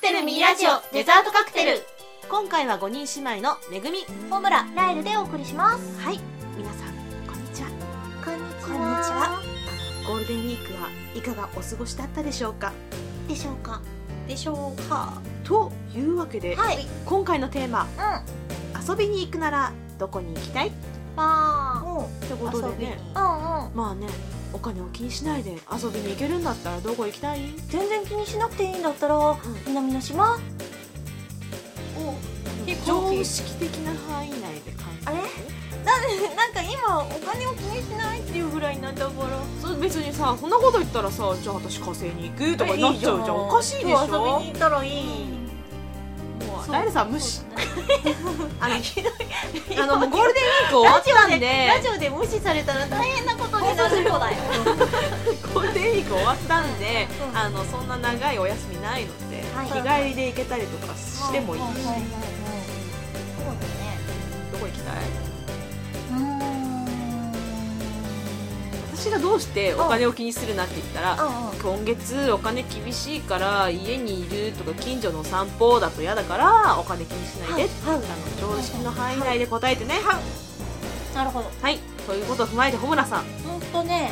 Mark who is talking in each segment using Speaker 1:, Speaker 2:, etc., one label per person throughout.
Speaker 1: テルミニラジオデザートカクテル
Speaker 2: 今回は5人姉妹のめぐみ
Speaker 1: ホムラライルでお送りします
Speaker 2: はい皆さんこんにちは
Speaker 1: こんにちは
Speaker 2: こんにちゴールデンウィークはいかがお過ごしだったでしょうか
Speaker 1: でしょうか
Speaker 2: でしょう
Speaker 1: は
Speaker 2: というわけで、
Speaker 1: はい
Speaker 2: 今回のテーマ
Speaker 1: あ
Speaker 2: 遊びに行くならどこに行きたいっ
Speaker 1: うんま
Speaker 2: てことでね
Speaker 1: あうんうん
Speaker 2: まあねお金を気にしないで遊びに行けるんだったらどこ行きたい
Speaker 1: 全然気にしなくていいんだったら南の島えこう
Speaker 2: 常識的な範囲内で考え
Speaker 1: あれなん なんか今お金を気にしないっていうぐらいなんだから
Speaker 2: そう別にさそんなこと言ったらさじゃあ私火星に行くとかになっちゃうじゃんおかしいでし
Speaker 1: 今日遊
Speaker 2: ょ
Speaker 1: びに行ったらいい
Speaker 2: もう
Speaker 1: そう
Speaker 2: ライルさん無視 あ の
Speaker 1: ひどい
Speaker 2: あ のもうゴールデンウィーク終わったんで
Speaker 1: ラジオで無視されたら大変なことになるよだよ
Speaker 2: ゴールデンウィーク終わったんで、
Speaker 1: うん
Speaker 2: あのそんな長いお休みないので、
Speaker 1: はい
Speaker 2: 日帰りで行けたりとかしてもいいし、
Speaker 1: ははははそうだね
Speaker 2: どこ行きたいう
Speaker 1: ーん
Speaker 2: 私がどうしてお金を気にするなって言ったら、
Speaker 1: あ
Speaker 2: 今月お金厳しいから家にいるとか近所の散歩だと嫌だからお金気にしないでって言ったの、常識の範囲内で答えてねはい、
Speaker 1: あなるほど
Speaker 2: はい、ということを踏まえて穂村さん
Speaker 1: ほんとね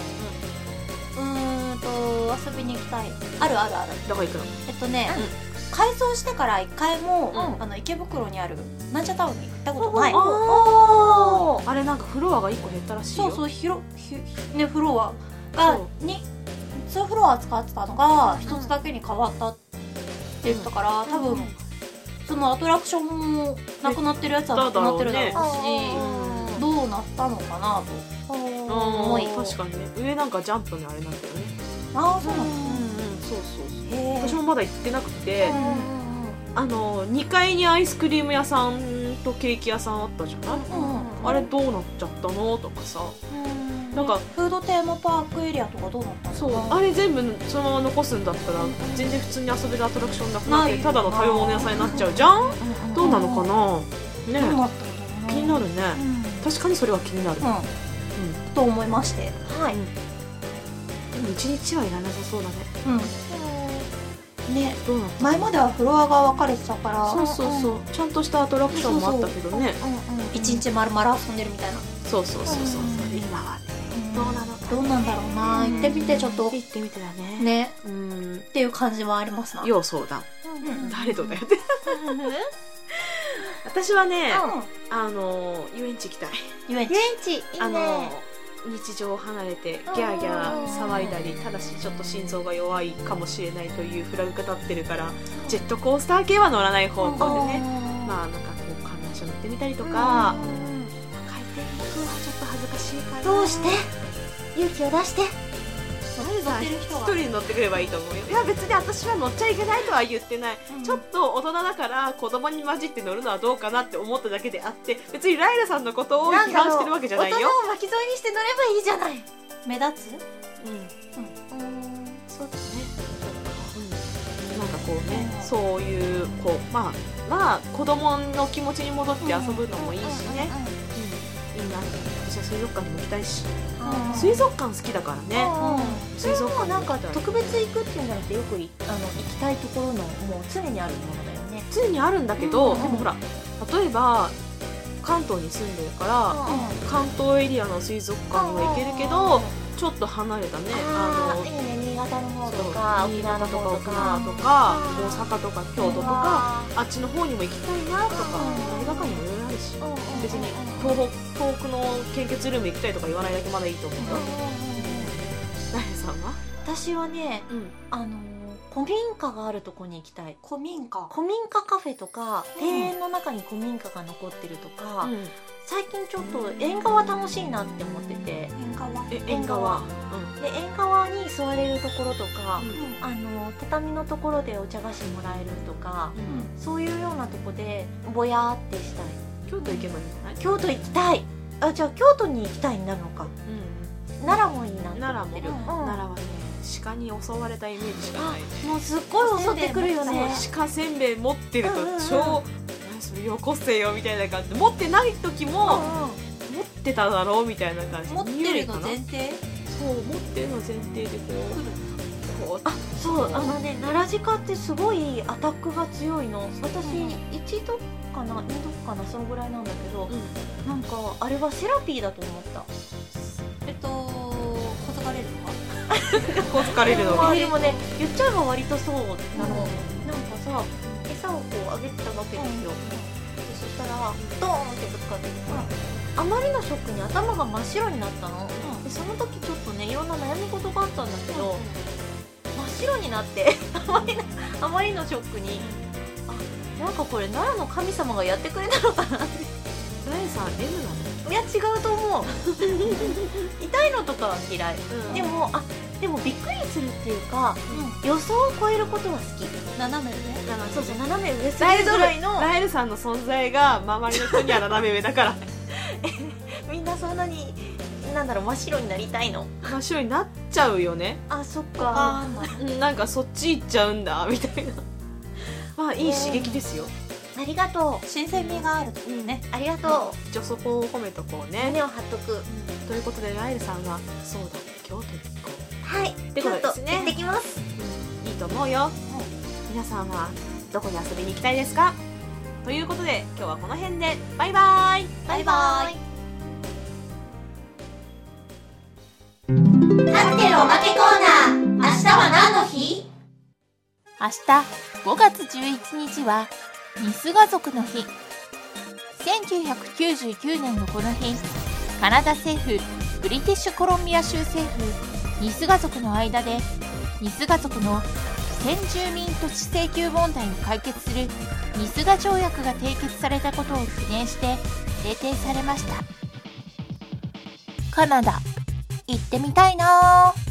Speaker 1: うーんと遊びに行きたいあるあるある
Speaker 2: どこ行くの
Speaker 1: えっとね、
Speaker 2: うん
Speaker 1: 改装してから一回も、
Speaker 2: うん
Speaker 1: あの池袋にあるなんちゃタウンに行ったことない、
Speaker 2: あーあれなんかフロアが1個減ったらしい
Speaker 1: そ
Speaker 2: よ
Speaker 1: うそう広ひねフロアが
Speaker 2: そ
Speaker 1: に2フロア使ってたのが一つだけに変わったって言ったから、多分、そのアトラクションもなくなってるやつはなくなってるだろうし
Speaker 2: だろ
Speaker 1: うんどうなったのかなと
Speaker 2: あ
Speaker 1: 重い
Speaker 2: ー確かにね上なんかジャンプのあれなんだよね
Speaker 1: ああそうなの
Speaker 2: うんそうそうそう
Speaker 1: へえ
Speaker 2: 私もまだ行ってなくて、
Speaker 1: うん
Speaker 2: あの2階にアイスクリーム屋さんとケーキ屋さんあったじゃない、
Speaker 1: うんうん
Speaker 2: あれどうなっちゃったのとかさ
Speaker 1: うん
Speaker 2: なんか
Speaker 1: フードテーマパークエリアとかどうなったの
Speaker 2: そう
Speaker 1: かな
Speaker 2: あれ全部そのまま残すんだったら全然普通に遊べるアトラクションなくなっ
Speaker 1: な
Speaker 2: て
Speaker 1: い
Speaker 2: ただの食べ物屋さんになっちゃうじゃん
Speaker 1: んん
Speaker 2: どうなのかな
Speaker 1: ど
Speaker 2: ね
Speaker 1: うなったのかな
Speaker 2: 気になるね
Speaker 1: うん
Speaker 2: 確かにそれは気になる、うん
Speaker 1: うん、と思いましてはい
Speaker 2: でも1日はいらなさそうだね
Speaker 1: うんね
Speaker 2: どうなの
Speaker 1: 前まではフロアが分かれてたから
Speaker 2: そうそうそうちゃんとしたアトラクションもあったけどね
Speaker 1: 一日丸々遊んでるみたいな
Speaker 2: そうそうそうそう
Speaker 1: うん
Speaker 2: 今はねどうなのか
Speaker 1: どうなんだろうな行ってみてちょっと
Speaker 2: 行ってみてだね
Speaker 1: ね
Speaker 2: うん
Speaker 1: っていう感じはありますな
Speaker 2: 要相談
Speaker 1: うん
Speaker 2: 誰とだよって私はねあのー遊園地行きたい
Speaker 1: 遊園地
Speaker 3: 遊園地いいね
Speaker 2: あのー日常を離れてギャーギャー騒いだりただしちょっと心臓が弱いかもしれないというフラグが立ってるからジェットコースター系は乗らない方向でねまあなんかこう観覧車乗ってみたりとかまあ回転軸はちょっと恥ずかしいから
Speaker 3: どうして勇気を出して
Speaker 2: 誰だ
Speaker 1: 乗ってる人は
Speaker 2: 一人で乗ってくればいいと思うよいや別に私は乗っちゃいけないとは言ってないちょっと大人だから子供に混じって乗るのはどうかなって思っただけであって別にライラさんのことを批判してるわけじゃないよ
Speaker 3: 大人を巻き添えにして乗ればいいじゃない
Speaker 1: 目立
Speaker 2: う
Speaker 1: つ
Speaker 3: う
Speaker 2: ん
Speaker 3: ん
Speaker 2: そうだねうんなんかこうね
Speaker 1: うん
Speaker 2: そういうこうまあまあ子供の気持ちに戻って遊ぶのもいいしねいいな私は水族館にも行きたいし
Speaker 1: うん
Speaker 2: 水族館好きだからね
Speaker 3: う
Speaker 2: 水族館
Speaker 3: んなんか
Speaker 2: に行きたい
Speaker 3: 特別行くっていうんじゃなくてよくいあの行きたいところのもう常にあるものだよね
Speaker 2: 普通にあるんだけど、
Speaker 3: うん
Speaker 2: でもほら例えば関東に住んでるから、関東エリアの水族館には行けるけど、ちょっと離れたね
Speaker 3: あ
Speaker 2: あ
Speaker 3: ー
Speaker 2: の
Speaker 3: いいね新潟の方
Speaker 2: そう
Speaker 3: とか
Speaker 2: 新
Speaker 3: 沖縄
Speaker 2: 潟
Speaker 3: の
Speaker 2: と
Speaker 3: 方
Speaker 2: か
Speaker 3: と
Speaker 2: 沖縄
Speaker 3: か
Speaker 2: とか
Speaker 3: うん
Speaker 2: 大阪とか京都とかあっちの方にも行きたいなとか
Speaker 3: うん
Speaker 2: 映画館にもいろいろあるし
Speaker 3: うんうんうん
Speaker 2: 別に
Speaker 3: うん
Speaker 2: 東北遠くの献血ルーム行きたいとか言わないだけまだいいと思うよ
Speaker 3: うんうんうん
Speaker 2: 誰さんは
Speaker 3: 私はね
Speaker 2: うん
Speaker 3: あの古民家があるとこに行きたい
Speaker 1: 古民家
Speaker 3: 古民家カフェとか
Speaker 1: うん
Speaker 3: 庭園の中に古民家が残ってるとか、
Speaker 2: うん
Speaker 3: 最近ちょっと縁側楽しいなって思ってて
Speaker 1: 古民家は
Speaker 2: え縁側
Speaker 3: で縁側に座れるところとか、
Speaker 2: うん
Speaker 3: あの畳のところでお茶菓子もらえるとか
Speaker 2: うん
Speaker 3: そういうようなとこでぼやーってしたい
Speaker 2: 京都行けばいいんじゃない
Speaker 3: 京都行きたいあじゃあ京都に行きたいになるのか奈良もいいなって思ってるうん
Speaker 2: 奈
Speaker 1: 奈良
Speaker 2: 良はね鹿に襲われたイメージしかない
Speaker 3: もうすっごい襲ってくるよ
Speaker 2: そう
Speaker 3: ね
Speaker 2: 鹿せんべい持ってると
Speaker 3: うんうんうん
Speaker 2: 超「何それよこせよ」みたいな感じで持ってない時も持ってただろうみたいな感じ
Speaker 1: 持ってるの
Speaker 2: 匂い
Speaker 1: 前提
Speaker 2: かなそう持ってるの前提でこうこう
Speaker 3: そうあのね奈良鹿ってすごいアタックが強いの私、一度かな二度かなそのぐらいなんだけど、なんかあれはセラピーだと思った
Speaker 1: えっと小かれるのか
Speaker 2: こう疲れるの
Speaker 3: ま
Speaker 2: が
Speaker 3: あでもね言っちゃえば割とそうなの、なんかさ餌をこうあげてたわけですよ、でそしたらドーンってぶつかってきて、あまりのショックに頭が真っ白になったの、
Speaker 1: うん
Speaker 3: でその時ちょっとねいろんな悩み事があったんだけど、真っ白になって あまりのあまりのショックにあなんかこれ奈良の神様がやってくれたのかな
Speaker 2: ダイさん M なの
Speaker 3: いや違うと 思う痛いのとかは嫌い、
Speaker 2: うん
Speaker 3: でもあでもびっくりするっていうか予想を超えることは好き
Speaker 1: 斜めでね
Speaker 3: そうそう斜め上すぎ
Speaker 2: 大
Speaker 3: る
Speaker 2: 丈
Speaker 3: ぐ
Speaker 2: 夫
Speaker 3: らいの
Speaker 2: ラエルさんの存在が周りの人には斜め上だから
Speaker 3: みんなそんなになんだろう真っ白になりたいの
Speaker 2: 真っ白になっちゃうよね
Speaker 3: あそっか
Speaker 1: あーな
Speaker 2: うんなんかそっち行っちゃうんだみたいなまあいい刺激ですよ、
Speaker 3: ありがとう
Speaker 1: 新鮮味があるというね
Speaker 3: ありがと
Speaker 2: 女祖本を褒めとこう
Speaker 3: う
Speaker 2: ね
Speaker 3: 胸を張っとく
Speaker 2: ということでラエルさんはそうだ京都に行こ
Speaker 3: はい
Speaker 2: て
Speaker 3: ち
Speaker 2: こ
Speaker 3: ょ
Speaker 2: と
Speaker 3: っと
Speaker 2: ですね
Speaker 3: 行ってきます
Speaker 2: ういいと思うよ、皆さんはどこに遊びに行きたいですかということで今日はこの辺でバイバーイ
Speaker 1: バイバ
Speaker 3: カクテルおまけコーナー明日は何の日
Speaker 4: 明日5月11日はミスガ族の日1999年のこの日カナダ政府ブリティッシュコロンビア州政府ニスガ族の間でニスガ族の先住民土地請求問題を解決するニスガ条約が締結されたことを記念して制定されましたカナダ行ってみたいなー